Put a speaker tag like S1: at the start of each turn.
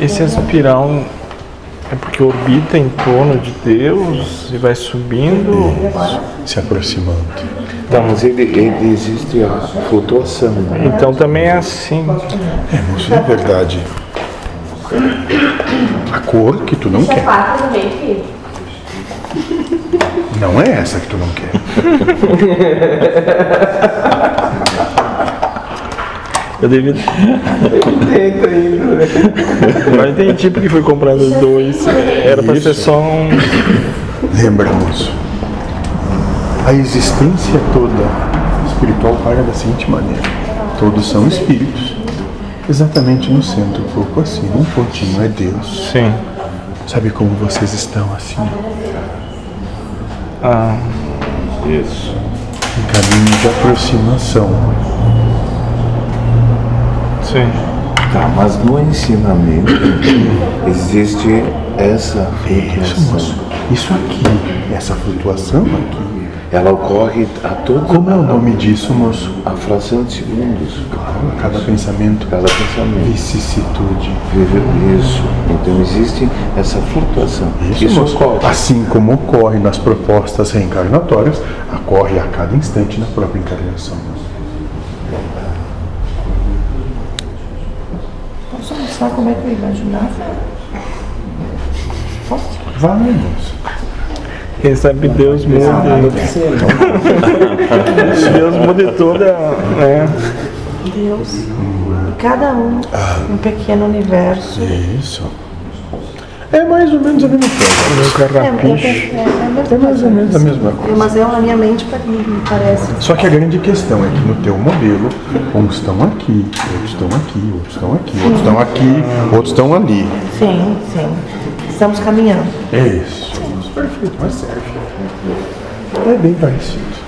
S1: Esse Azapirão é porque orbita em torno de Deus e vai subindo.
S2: se aproximando.
S3: Tá, mas ele, ele existe a flutuação. Né?
S1: Então também é assim.
S2: Mas na é verdade, a cor que tu não
S4: Deixa
S2: quer,
S4: quatro no meio, filho.
S2: não é essa que tu não quer.
S1: Eu devia.
S3: Tenta ainda, né?
S1: Agora entendi porque foi comprado dois. Era pra ser
S2: Isso.
S1: só um.
S2: Lembramos. A existência toda espiritual para da seguinte maneira: todos são espíritos. Exatamente no centro, um pouco assim, um pontinho é Deus.
S1: Sim.
S2: Sabe como vocês estão assim? ó?
S1: Ah,
S3: Isso.
S2: Um caminho de aproximação.
S1: sim.
S3: Tá, mas no ensinamento existe essa
S2: Isso,
S3: flutuação.
S2: moço. Isso aqui, essa flutuação aqui.
S3: Ela ocorre a todo
S2: Como é o nome disso, moço?
S3: A fração de segundos. Claro,
S2: Cada pensamento,
S3: Cada pensamento.
S2: vicissitude.
S3: Vive isso. Então existe essa flutuação. Isso,
S2: moço. Assim como ocorre nas propostas reencarnatórias, ocorre a cada instante na própria encarnação.
S5: Posso mostrar como é que eu imaginava?
S2: Valemos.
S1: Quem sabe Deus muda. Deus muda toda. Né?
S5: Deus, cada um, um pequeno universo.
S2: Isso. É mais ou menos a mesma coisa.
S1: Meu
S5: É, eu penso-
S1: carrapicho.
S5: é, é a
S2: É mais
S5: mesma
S2: ou
S5: coisa.
S2: menos a mesma coisa.
S5: Mas eu, na minha mente, pa- me parece.
S2: Só que a grande questão é que no teu modelo, uns estão aqui, outros estão aqui, outros estão aqui, outros estão aqui, outros estão ali.
S5: Sim, sim. Estamos caminhando.
S2: É isso. Perfeito, mas serve. É bem parecido.